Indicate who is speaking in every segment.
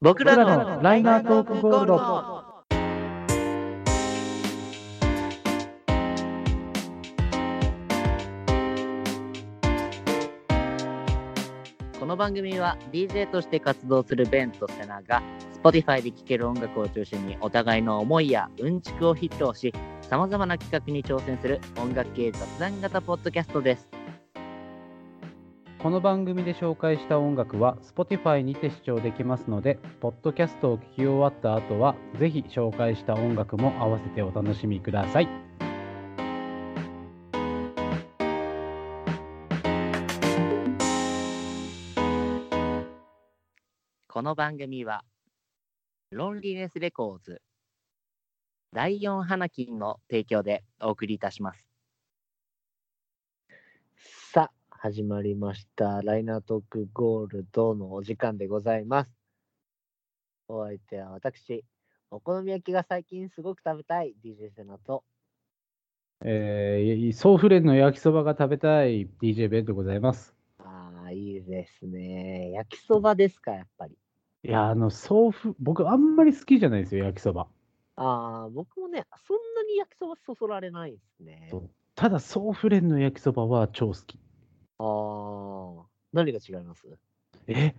Speaker 1: 僕
Speaker 2: らのライナートークゴールド
Speaker 1: この番組は DJ として活動するベンとセナが Spotify で聴ける音楽を中心にお互いの思いやうんちくを披露しさまざまな企画に挑戦する音楽系雑談型ポッドキャストです。
Speaker 2: この番組で紹介した音楽は Spotify にて視聴できますので、ポッドキャストを聞き終わった後は、ぜひ紹介した音楽も合わせてお楽しみください。
Speaker 1: この番組はロンリネスレコーズ第4花金の提供でお送りいたします。
Speaker 3: さあ、始まりました。ライナートークゴールドのお時間でございます。お相手は私、お好み焼きが最近すごく食べたい DJ セナと、
Speaker 2: えー、ソーフレンの焼きそばが食べたい DJ ベンでございます。
Speaker 3: ああ、いいですね。焼きそばですか、やっぱり。
Speaker 2: いや、あの、ソーフ、僕あんまり好きじゃないんですよ、焼きそば。
Speaker 3: ああ、僕もね、そんなに焼きそばそそられないですね。
Speaker 2: そうただ、ソーフレンの焼きそばは超好き。
Speaker 3: ああ、何が違います
Speaker 2: え、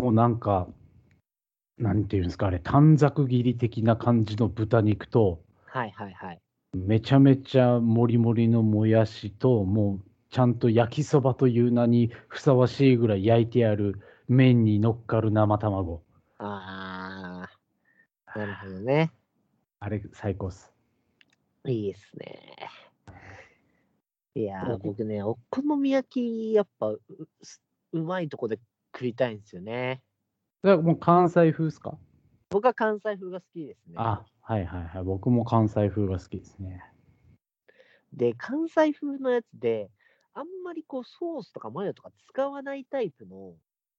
Speaker 2: もうなんか、なんていうんですか、あれ、短冊切り的な感じの豚肉と、
Speaker 3: はいはいはい。
Speaker 2: めちゃめちゃもりもりのもやしと、もうちゃんと焼きそばという名にふさわしいぐらい焼いてある麺に乗っかる生卵。
Speaker 3: ああ、なるほどね。
Speaker 2: あれ、最高っす。
Speaker 3: いいですね。いや
Speaker 2: ど
Speaker 3: ー、
Speaker 2: う
Speaker 3: 僕ね、お好み焼き、やっぱう、すうまいとこで食いたいんですよね。
Speaker 2: だからもう関西風っすか
Speaker 3: 僕は関西風が好きですね。
Speaker 2: あ、はいはいはい。僕も関西風が好きですね。
Speaker 3: で、関西風のやつで、あんまりこう、ソースとかマヨとか使わないタイプの、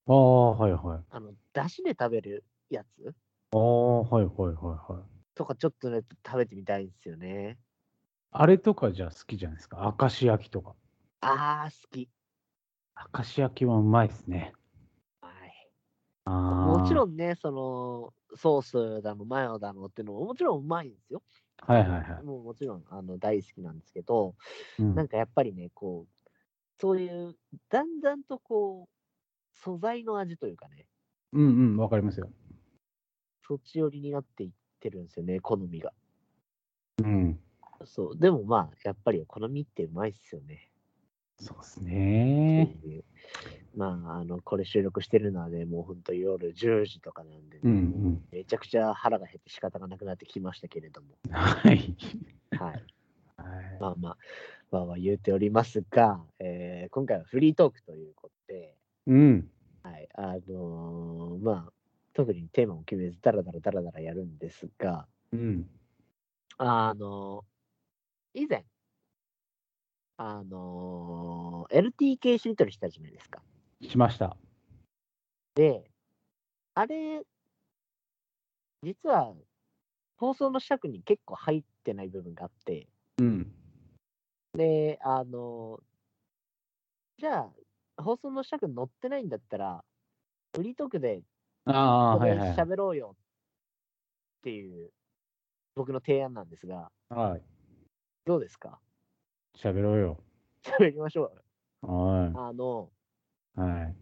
Speaker 2: ああ、はいはい。
Speaker 3: あの、だしで食べるやつ
Speaker 2: ああ、はいはいはいはい。
Speaker 3: とか、ちょっとね、食べてみたいんですよね。
Speaker 2: あれとかじゃあ好きじゃないですか。明石焼きとか。
Speaker 3: あー、好き。
Speaker 2: 明石焼きはうまいですね。
Speaker 3: はい
Speaker 2: も
Speaker 3: もちろ
Speaker 2: ん。
Speaker 3: んね、その、ソースだの、マヨだのっていうのも、もちろんうまいんですよ。
Speaker 2: はいはいはい。
Speaker 3: もうもちろん、あの、大好きなんですけど、
Speaker 2: うん
Speaker 3: なんかやっぱりね、こう、そういう、だんだんとこう、素材の味というかね、
Speaker 2: うんうん、わかりますよ。
Speaker 3: そっち寄りになっていってるんですよね、好みが。
Speaker 2: うん。
Speaker 3: そう、でもまあ、やっぱりお好みってうまいっすよね。
Speaker 2: そうですね。
Speaker 3: っていうまあ、あの、これ収録してるのはね、もう本当夜10時とかなんでね、
Speaker 2: うんうん。
Speaker 3: めちゃくちゃ腹が減って仕方がなくなってきましたけれども、
Speaker 2: はい。
Speaker 3: はい。まあまあ、まあまあ言うておりますが、えー今回はフリートークということで、
Speaker 2: うん。
Speaker 3: あのーまあ、特にテーマも決めず、だらだらだらだらやるんですが、
Speaker 2: うん。
Speaker 3: あのー以前、あのー LTK しりとりしたじゃないですか。
Speaker 2: しました。
Speaker 3: あれ、実は、放送の尺に結構入ってない部分があって、
Speaker 2: うん。
Speaker 3: で、あのーじゃあ、放送の尺に載ってないんだったら、フリートークで
Speaker 2: ああー、
Speaker 3: ここ
Speaker 2: は
Speaker 3: で
Speaker 2: いはい。
Speaker 3: 喋ろうよっていう僕の提案なんですが、
Speaker 2: はい。
Speaker 3: どうですか
Speaker 2: 喋ろうよ。
Speaker 3: 喋りましょう。
Speaker 2: は
Speaker 3: あの、
Speaker 2: い。はい。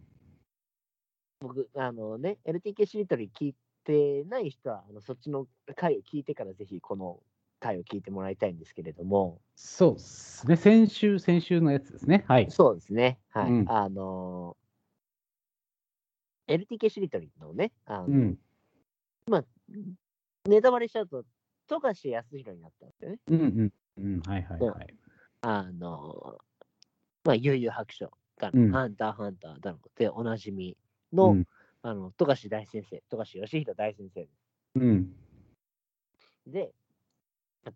Speaker 3: 僕、あのね、LTK しりとり聞いてない人は、あのそっちの回を聞いてからぜひこの回を聞いてもらいたいんですけれども、
Speaker 2: そうですね。先週、先週のやつですね。はい。
Speaker 3: そうですね、はい。
Speaker 2: うん
Speaker 3: あの、LTK しりとりのね、あの
Speaker 2: うん。
Speaker 3: ネタバレしちゃうと、富樫康弘になったんですよね。
Speaker 2: うんうん。うん。はいはいはい。
Speaker 3: あの、まあ、悠々白書だの、
Speaker 2: うん
Speaker 3: ハンターハンターだのでおなじみの、
Speaker 2: うん。
Speaker 3: あの、富樫大先生、富樫義弘大先生
Speaker 2: うん。
Speaker 3: で、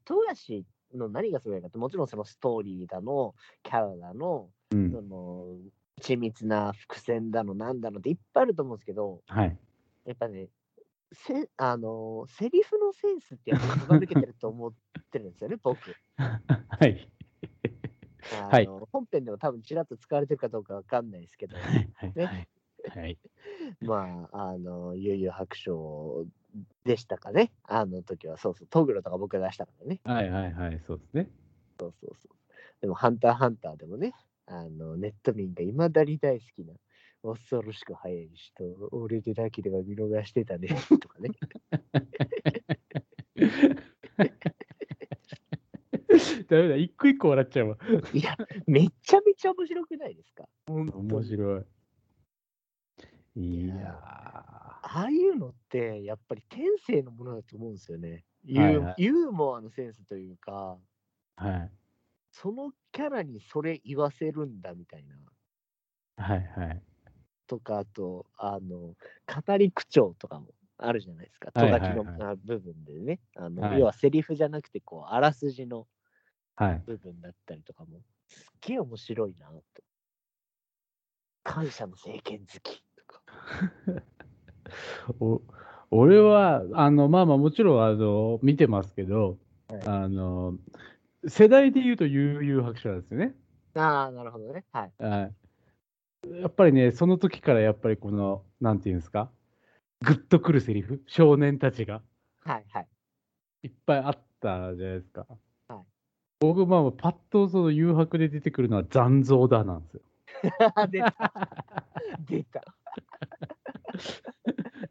Speaker 3: 富樫の何がすごいかって、もちろんそのストーリーだの、キャラだの、
Speaker 2: うん
Speaker 3: そ。の、緻密な伏線だの、なんだのっていっぱいあると思うんですけど、
Speaker 2: はい。
Speaker 3: やっぱね、せあのセリフのセンスってやっぱずば抜けてると思ってるんですよね、僕。
Speaker 2: はい。
Speaker 3: あの
Speaker 2: はい
Speaker 3: 本編でも多分ちらっと使われてるかどうかわかんないですけど、
Speaker 2: はい。はい。はい。
Speaker 3: まあ、あの、悠々白書でしたかね。あの時は、そうそう、トグロとか僕が出したからね。
Speaker 2: はいはいはい、そうですね。
Speaker 3: でも、ハンターハンターでもね、あの、ネット民がいまだに大好きな、恐ろしく速い人、俺でなければ見逃してた ね、とかね。
Speaker 2: ダメだ、一個一個笑っちゃうわ。
Speaker 3: いや、めちゃめちゃ面白くないですか
Speaker 2: 面白い。い
Speaker 3: い
Speaker 2: や
Speaker 3: ああいうのって、やっぱり天性のものだと思うんですよね。ユー,、
Speaker 2: はいはい
Speaker 3: ユーモアのセンスというか、
Speaker 2: ー。はい。
Speaker 3: そのキャラにそれ言わせるんだみたいな。
Speaker 2: はいはい。
Speaker 3: とか、あと、あの、語り口調とかもあるじゃないですか。
Speaker 2: は
Speaker 3: と
Speaker 2: いは
Speaker 3: が
Speaker 2: い
Speaker 3: き
Speaker 2: はい
Speaker 3: のあ部分でね。あの、
Speaker 2: はい
Speaker 3: 要はセリフじゃなくて、こう、あらすじの
Speaker 2: はい。
Speaker 3: 部分だったりとかも、すっげえ面白いなと。感謝の政権好きとか。
Speaker 2: お俺はあのまあまあもちろんあの見てますけど、あの世代で言うと悠々白書なんですよね。
Speaker 3: ああ、なるほどね。はい。
Speaker 2: はいやっぱりねその時からやっぱりこのなんていうんですかグッとくるセリフ少年たちが
Speaker 3: はいはい。
Speaker 2: いっぱいあったじゃないですか。僕まあまあパッとその誘白で出てくるのは残像だなんですよ。
Speaker 3: 出た。 出た。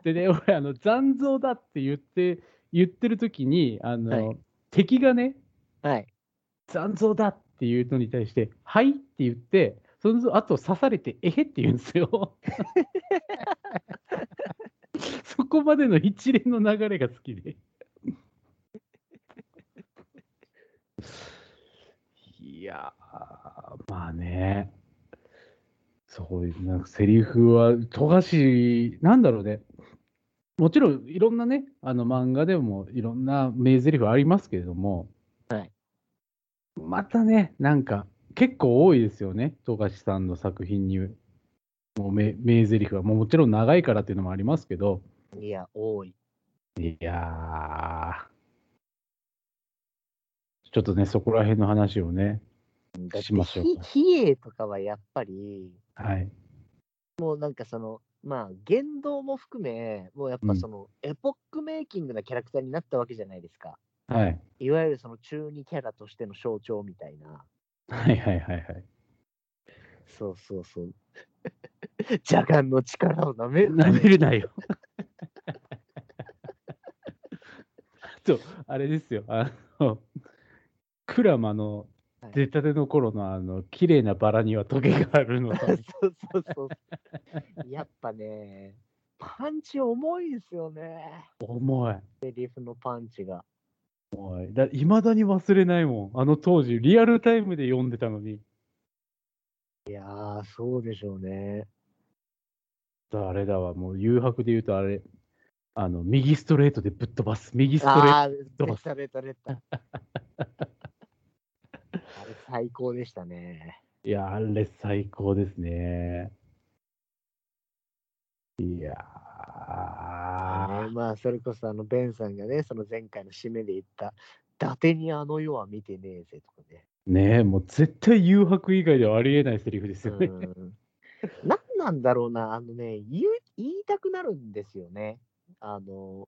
Speaker 2: でね俺あの残像だって言って言ってる時にあの、
Speaker 3: は
Speaker 2: 敵がね
Speaker 3: はい。
Speaker 2: 残像だっていうのに対して、はいって言って、その後刺されて、えへって言うんですよ。そこまでの一連の流れが好きで。いやー、まあね。そういう、なんかセリフは、富樫、なんだろうね。もちろん、いろんなね、あの漫画でもいろんな名台詞ありますけれども、またね、なんか結構多いですよね、富樫さんの作品にもう名名台詞はもうもちろん長いからっていうのもありますけど、
Speaker 3: いや、多い。
Speaker 2: いやー、ちょっとね、そこら辺の話をね、
Speaker 3: だって
Speaker 2: しましょうか
Speaker 3: ひ比叡とかはやっぱり、
Speaker 2: はい、
Speaker 3: もうなんかその、まあ、言動も含め、もうやっ
Speaker 2: う
Speaker 3: ぱ
Speaker 2: ん
Speaker 3: その、エポックメイキングなキャラクターになったわけじゃないですか。
Speaker 2: はい、
Speaker 3: いわゆるその中二キャラとしての象徴みたいな。
Speaker 2: はいはいはいはい。
Speaker 3: そうそうそう。 邪眼の力をなめるな
Speaker 2: な
Speaker 3: よ。
Speaker 2: めるなよ。 そう、あれですよ、あの、クラマの
Speaker 3: はい
Speaker 2: 出たての頃のあの、綺麗なバラにはトゲがあるのと
Speaker 3: そうそうそうそう。やっぱね、パンチ重いんすよね。
Speaker 2: 重い。
Speaker 3: セリフのパンチが。
Speaker 2: いまだに忘れないもん。あの当時、リアルタイムで読んでたのに。
Speaker 3: いやー、そうでしょうね。
Speaker 2: あれだわ、もう誘白で言うとあれ、あの、右ストレートでぶっ飛ばす。右ストレー
Speaker 3: あ
Speaker 2: ト
Speaker 3: ー、出た出た出た。あれ最高でしたね。
Speaker 2: ト。いや、あれ最高ですね。いや
Speaker 3: ね、まあそれこそあのベンさんがねその前回の締めで言った「伊達にあの世は見てねえぜ」とかね。
Speaker 2: ー。ねえ、もう絶対誘白以外ではありえないセリフです
Speaker 3: う
Speaker 2: よね。
Speaker 3: ん何なんだろうなあのね言う言いたくなるんですよね。あの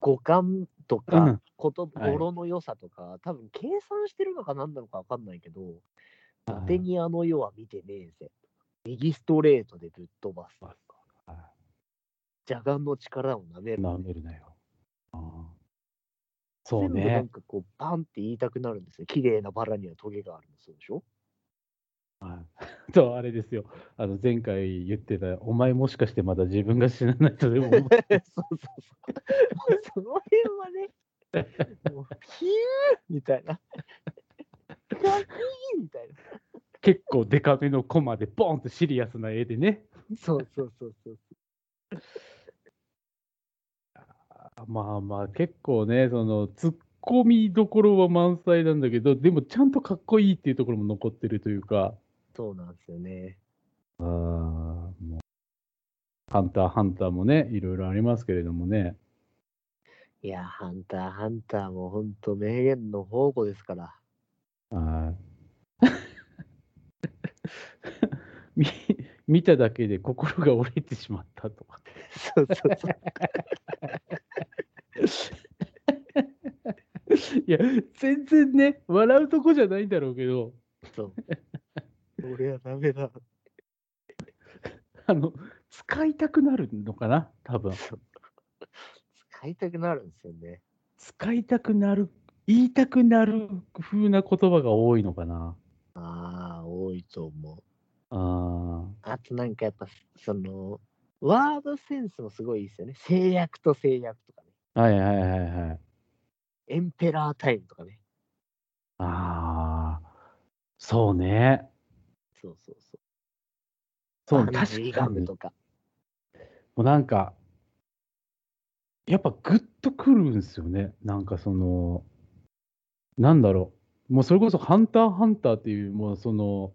Speaker 3: 五感と
Speaker 2: う
Speaker 3: か
Speaker 2: ん
Speaker 3: こと
Speaker 2: はい
Speaker 3: 語呂の良さとか、多分計算してるのか何なのか分かんないけど「伊達にあの世は見てねえぜ」右ストレートでぶっ飛ばすとか
Speaker 2: はい
Speaker 3: 邪眼の力をなめる
Speaker 2: なめるなよ。あーそう
Speaker 3: 全部な
Speaker 2: ね
Speaker 3: ん。かこう、パンって言いたくなるんですよ。綺麗なバラにはトゲがあるの、そうでし ょ
Speaker 2: とあれですよあの前回言ってた「お前もしかしてまだ自分が死なないとでも思っ
Speaker 3: そうそうそう。もうその辺はね、もう、ヒューみたいな。かっこいいみたいな。
Speaker 2: 結構デカめのコマでボンとシリアスな絵でね
Speaker 3: そうそうそうそう。
Speaker 2: あまあまあ結構ねそのツッコミどころは満載なんだけどでもちゃんとかっこいいっていうところも残ってるというか
Speaker 3: そうなんですよね。
Speaker 2: あーもうハンターハンターもねいろいろありますけれどもね
Speaker 3: いや、ハンター、ハンターも本当名言の宝庫ですから。
Speaker 2: はい み見ただけで心が折れてしまったとか。
Speaker 3: そうそうそう。
Speaker 2: いや、全然ね、笑うとこじゃないんだろうけど、
Speaker 3: そう。俺はダメだ。
Speaker 2: あの、使いたくなるのかな、多分。
Speaker 3: 使いたくなるんですよね。
Speaker 2: 使いたくなる、言いたくなる風な言葉が多いのかな。
Speaker 3: ああ、多いと思う。
Speaker 2: あ
Speaker 3: あとなんかやっぱ、その、ワードセンスもすごいいいですよね。制約と制約とかね。
Speaker 2: あ、はいはいはいはい。
Speaker 3: エンペラータイムとかね。
Speaker 2: ああ、そうね。
Speaker 3: そうそうそう。
Speaker 2: そう
Speaker 3: バンジーガ
Speaker 2: に
Speaker 3: ムとか。
Speaker 2: もうなんか、やっぱグッとくるんですよね。なんかその、なんだろう。もうそれこそハンターハンターっていう、もうその、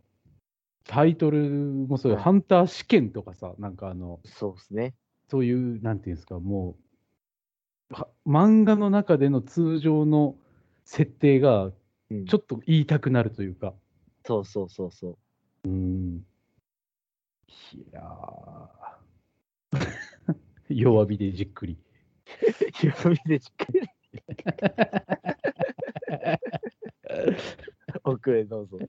Speaker 2: タイトルもそう、
Speaker 3: はい
Speaker 2: ハンター試験とかさ、なんかあの、
Speaker 3: そうですね。
Speaker 2: そういう、なんていうんですか、もう、は漫画の中での通常の設定が、
Speaker 3: うん
Speaker 2: ちょっと言いたくなるというか。
Speaker 3: そうそうそうそう。
Speaker 2: うん。いやー。 弱火でじっくり。
Speaker 3: 弱火でじ っくり。奥へどうぞ。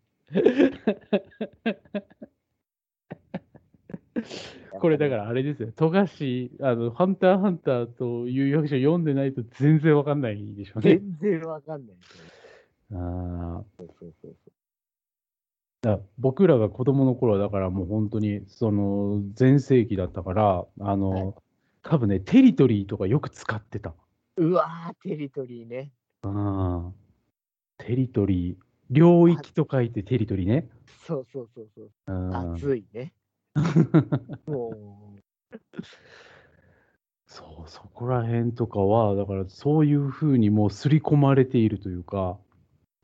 Speaker 2: これだからあれですよ、富樫、あの、ハンターハンターという役者読んでないと全然わかんないでしょうね。
Speaker 3: 全然わかんないですね。
Speaker 2: あー
Speaker 3: そうそうそ
Speaker 2: だ僕らが子供の頃はだからもう本当に、その、全盛期だったから、あ
Speaker 3: はい
Speaker 2: の、多分ね、テリトリーとかよく使ってた。
Speaker 3: ううわー、テリトリーね。
Speaker 2: うんテリトリー、領域と書いてテリトリーね。
Speaker 3: そうそうそうそう。
Speaker 2: うん
Speaker 3: 暑い ね。も
Speaker 2: そう、そこら辺とかは、だからそういうふうにもう刷り込まれているというか、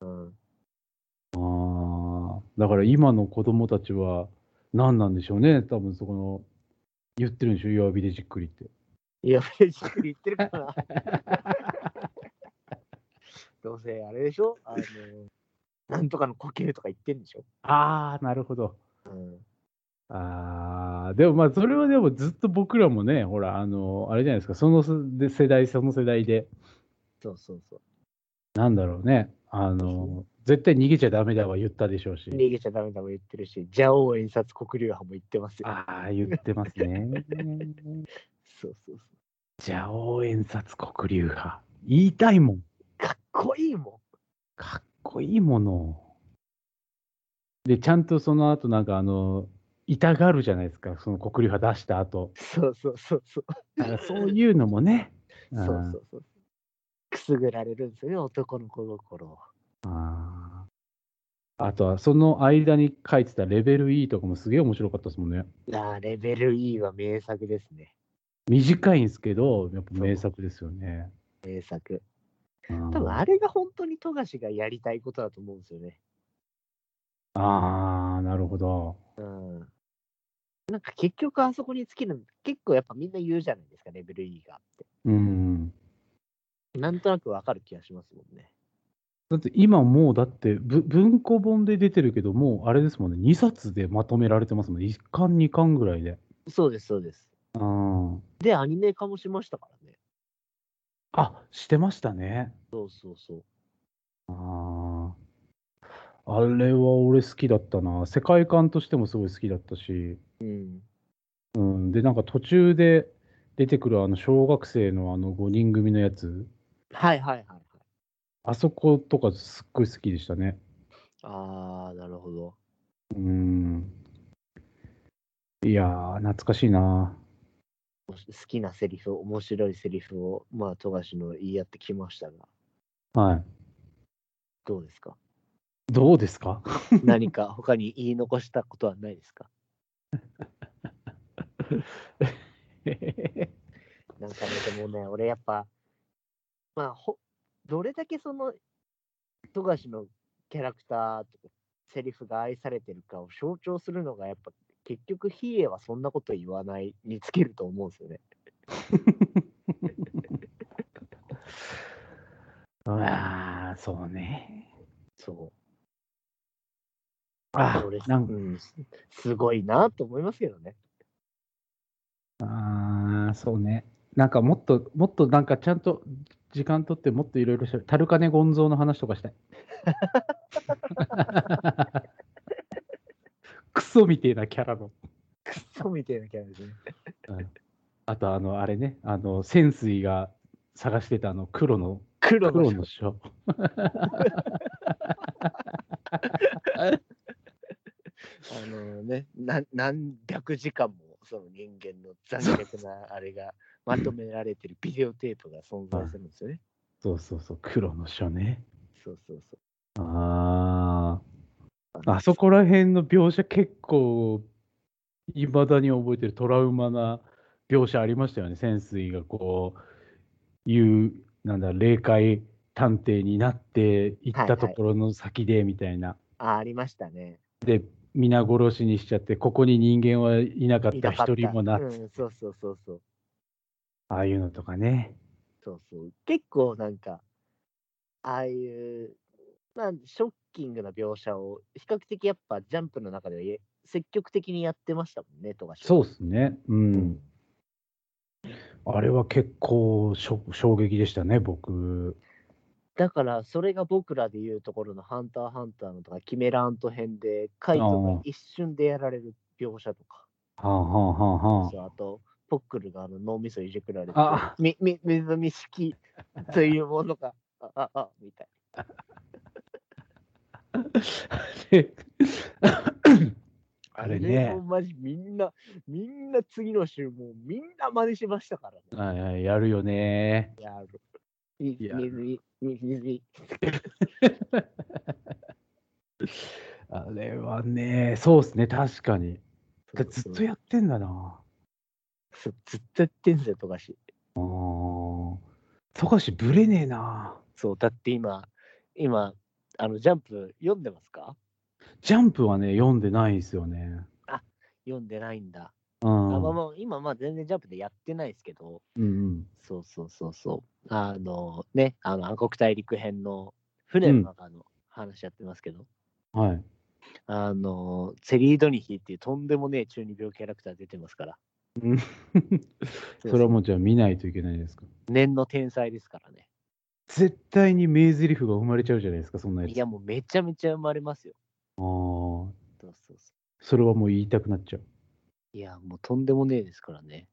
Speaker 3: う、うん、
Speaker 2: あーだから今の子供たちは何なんでしょうね、多分そこの、言ってるんでしょ、弱火でじっくりって。
Speaker 3: いや、じっくり言ってるかな。どうせあれでしょあの、なんとかの呼吸とか言ってんでしょ
Speaker 2: ああ、なるほど。
Speaker 3: うん。
Speaker 2: ああ、でもまあ、それはでもずっと僕らもね、ほら、あの、あれじゃないですか、そので世代、その世代で、
Speaker 3: そうそうそう。
Speaker 2: なんだろうね、あの、絶対逃げちゃダメだは言ったでしょうし。
Speaker 3: 逃げちゃダメだも言ってるし、ジャオウ演殺黒竜派も言ってますよ。
Speaker 2: ああ、言ってますね。
Speaker 3: そうそうそう。
Speaker 2: じゃあ、応援札黒竜派。言いたいもん。
Speaker 3: かっこいいも
Speaker 2: かっこいいもの。で、ちゃんとその後、なんかあの、痛がるじゃないですか、その黒竜派出した後
Speaker 3: ん。。そうそうそうそう。
Speaker 2: だからそういうのもね。
Speaker 3: そうそうそう。くすぐられるんですよね、男の子心を。
Speaker 2: あーあとは、その間に書いてたレベル E とかもすげえ面白かったですもんね。
Speaker 3: ああ、レベル E は名作ですね。
Speaker 2: 短いんですけど、やっぱ名作ですよね。
Speaker 3: 名作。
Speaker 2: うん
Speaker 3: 多分あれが本当に富樫がやりたいことだと思うんですよね。
Speaker 2: ああ、なるほど。
Speaker 3: うん。なんか結局あそこに尽きるの結構やっぱみんな言うじゃないですか、レベル E があっ
Speaker 2: うん。
Speaker 3: て。なんとなくわかる気がしますもんね。
Speaker 2: だって今もうだってぶ文庫本で出てるけどもうあれですもんね2冊でまとめられてますもんね1巻2巻ぐらいで
Speaker 3: そうです、そうです。
Speaker 2: うん
Speaker 3: で、アニメ化もしましたからね。
Speaker 2: あしてましたね
Speaker 3: そうそうそう。
Speaker 2: あああれは俺好きだったな世界観としてもすごい好きだったし、
Speaker 3: うん。
Speaker 2: うん、でなんか途中で出てくるあの小学生のあの5人組のやつ
Speaker 3: はいはいはいはい。
Speaker 2: あそことかすっごい好きでしたね
Speaker 3: ああ、なるほど。
Speaker 2: うんいやー懐かしいな
Speaker 3: もし好きなセリフ、面白いセリフを、まあ、富樫の言い合ってきましたが、
Speaker 2: はい
Speaker 3: どうですか
Speaker 2: どうですか
Speaker 3: 何か他に言い残したことはないですかなんかね、でもね、俺やっぱ、まあ、ほどれだけその、富樫のキャラクターとか、セリフが愛されてるかを象徴するのが、やっぱ、結局、ヒエはそんなこと言わないにつけると思うんですよね。
Speaker 2: ああ、そうね。
Speaker 3: そ
Speaker 2: あ
Speaker 3: 俺
Speaker 2: なんか
Speaker 3: うん、すごいなと思いますけどね。
Speaker 2: あーそうね。なんかもっと、もっとなんかちゃんと時間取ってもっといろいろしゃべタルカネゴンゾーの話とかしたい。クソみてえなキャラの。
Speaker 3: そうみたいなキャラですね。
Speaker 2: あとあの、あれね、あの、潜水が探してたあの黒の、
Speaker 3: 黒の
Speaker 2: 黒
Speaker 3: 人
Speaker 2: の書。
Speaker 3: あのね、な何百時間もその人間の残虐なあれがまとめられてるビデオテープが存在するんですよね。
Speaker 2: そうそうそう、黒の書ね。
Speaker 3: そうそうそう。
Speaker 2: ああ、あそこら辺の描写結構、いまだに覚えてるトラウマな描写ありましたよね。潜水がこう、いう、なんだ、霊界探偵になって行っ
Speaker 3: はいは
Speaker 2: た
Speaker 3: い
Speaker 2: ところの先で、みたいな。
Speaker 3: あありましたね。
Speaker 2: 皆殺しにしちゃって、ここに人間はいなかっ
Speaker 3: い
Speaker 2: た、
Speaker 3: なかった
Speaker 2: 一人もな、
Speaker 3: うん。そうそうそうそう。
Speaker 2: ああいうのとかね。
Speaker 3: そうそう。結構なんか、ああいう、まあ、ショッキングな描写を比較的やっぱジャンプの中ではえ積極的にやってましたもんね、とか
Speaker 2: そう
Speaker 3: う。
Speaker 2: ですね。うん。あれは結構しょ衝撃でしたね、僕。
Speaker 3: だから、それが僕らで言うところのハンターハンターのとか、キメラアント編で、カイト
Speaker 2: ああ
Speaker 3: が一瞬でやられる描写とか、
Speaker 2: はあはあはあはあ。
Speaker 3: そうあと、ポックルがあの脳みそいじくられて
Speaker 2: あ、
Speaker 3: み、み、水見式というものが、あ、あ、あ、みたい
Speaker 2: で
Speaker 3: な。
Speaker 2: あれ
Speaker 3: もう
Speaker 2: ね、
Speaker 3: マジみんな、みんな次の週、もうみんな真似しましたからね。
Speaker 2: はいはいやるよね。
Speaker 3: やる。み
Speaker 2: や
Speaker 3: 水着、水着。
Speaker 2: あれはね、そうですね、確かに。でずっとやってんだな。
Speaker 3: そうずっとやってんぜ、とかし。
Speaker 2: あー富樫ぶれねえな。
Speaker 3: そう、だって今、今、あの、ジャンプ読んでますか
Speaker 2: ジャンプはね、読んでないんですよね。
Speaker 3: 読んでないんだ。
Speaker 2: うん。
Speaker 3: あまあまあ、今、まあ全然ジャンプでやってないですけど、
Speaker 2: うんうん、
Speaker 3: そうそうそうそう。あの、ね、あの、暗黒大陸編の船の中の話やってますけど、
Speaker 2: はい。
Speaker 3: あの、セリー・ドニヒっていうとんでもねえ中二病キャラクター出てますから。
Speaker 2: それはもうじゃあ見ないといけないですか。
Speaker 3: 念の天才ですからね。
Speaker 2: 絶対に名台詞が生まれちゃうじゃないですか、そんなや
Speaker 3: い
Speaker 2: つ。あ
Speaker 3: や、もうめちゃめちゃ生まれますよ。
Speaker 2: ー
Speaker 3: そうそうそう。
Speaker 2: それはもう言いたくなっちゃう。
Speaker 3: いや、もうとんでもねえですからね。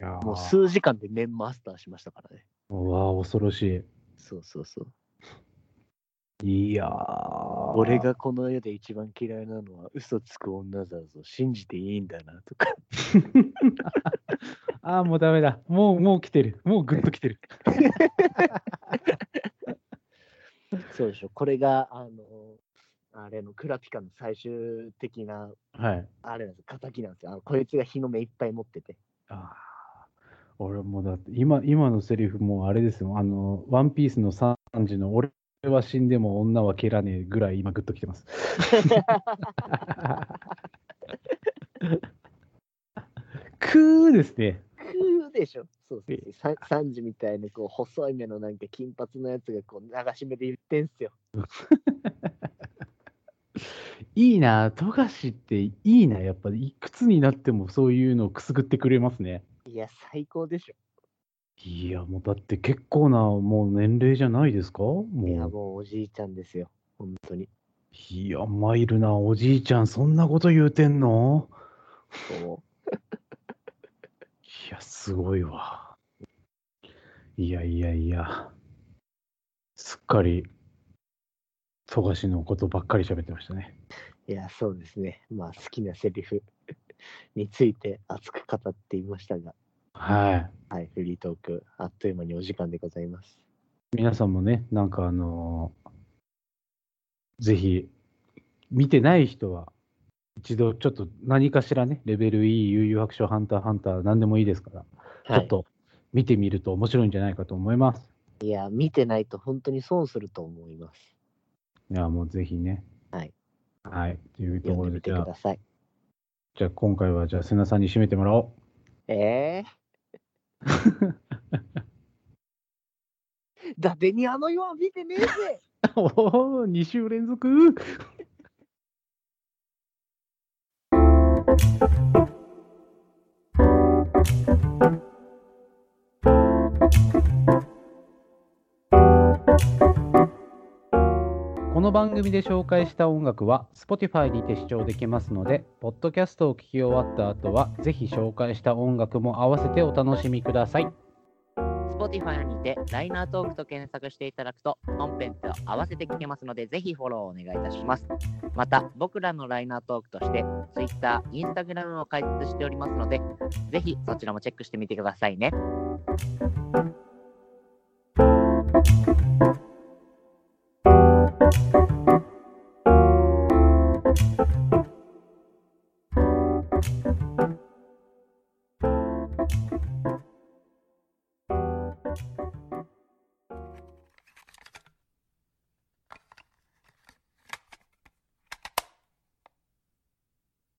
Speaker 2: いやー
Speaker 3: もう数時間で面マスターしましたからね。
Speaker 2: うわー恐ろし
Speaker 3: そうそうそう。
Speaker 2: い。いやー
Speaker 3: 俺がこの世で一番嫌いなのは嘘つく女だぞ。信じていいんだなとか。
Speaker 2: ああ、もうダメだ。もう、もう来てる。もうぐっと来てる。
Speaker 3: そうでしょ。これが、あの、あれのクラピカの最終的な、
Speaker 2: はい。
Speaker 3: あれなんですよ、敵なんですよ。あのこいつが日の目いっぱい持ってて。
Speaker 2: ああ。俺もだって、今、今のセリフもうあれですよ。あの、ワンピースの3時の俺は死んでも女は蹴らねえぐらい今ぐっと来てます。くーですね。
Speaker 3: くーでしょ。そうそうそうさサンジみたいなこう細い目のなんか金髪のやつがこう流し目で言ってんすよ。
Speaker 2: いいな、富樫っていいな、やっぱり、いくつになってもそういうのをくすぐってくれますね。
Speaker 3: いや、最高でしょ。
Speaker 2: いや、もうだって結構な、もう年齢じゃないですかもう。
Speaker 3: いや、もうおじいちゃんですよ。本当に。
Speaker 2: いや、マイルなおじいちゃん、そんなこと言うてんの
Speaker 3: そう
Speaker 2: いや、すごいわ。いやいやいや。すっかり、富樫のことばっかり喋ってましたね。
Speaker 3: いや、そうですね。まあ、好きなセリフについて熱く語っていましたが、
Speaker 2: はい。
Speaker 3: はい、フリートーク、あっという間にお時間でございます。
Speaker 2: 皆さんもね、なんかあのーぜひ、見てない人は、一度ちょっと何かしらね、レベル E、悠々白書、ハンター、ハンター、何でもいいですから、
Speaker 3: は
Speaker 2: ちょっ
Speaker 3: い、
Speaker 2: と見てみると面白いんじゃないかと思います。
Speaker 3: いや、見てないと本当に損すると思います。
Speaker 2: いや、もうぜひね。
Speaker 3: はい。
Speaker 2: はい。というと
Speaker 3: 読
Speaker 2: こ
Speaker 3: ん
Speaker 2: ろ
Speaker 3: で
Speaker 2: で、
Speaker 3: みて
Speaker 2: じゃ
Speaker 3: く
Speaker 2: あ、
Speaker 3: ださい。
Speaker 2: じゃあ今回は、じゃあ、瀬名さんに締めてもらお う。
Speaker 3: え ー、だてにあの世は見てねえぜ
Speaker 2: おお、2週連続この番組で紹介した音楽は Spotify にて視聴できますので、ポッドキャストを聞き終わった後は、ぜひ紹介した音楽も合わせてお楽しみください。
Speaker 1: Spotify にてライナートークと検索していただくと本編と合わせて聞けますのでぜひフォローをお願いいたします。また僕らのライナートークとして Twitter、Instagram を開設しておりますのでぜひそちらもチェックしてみてくださいね。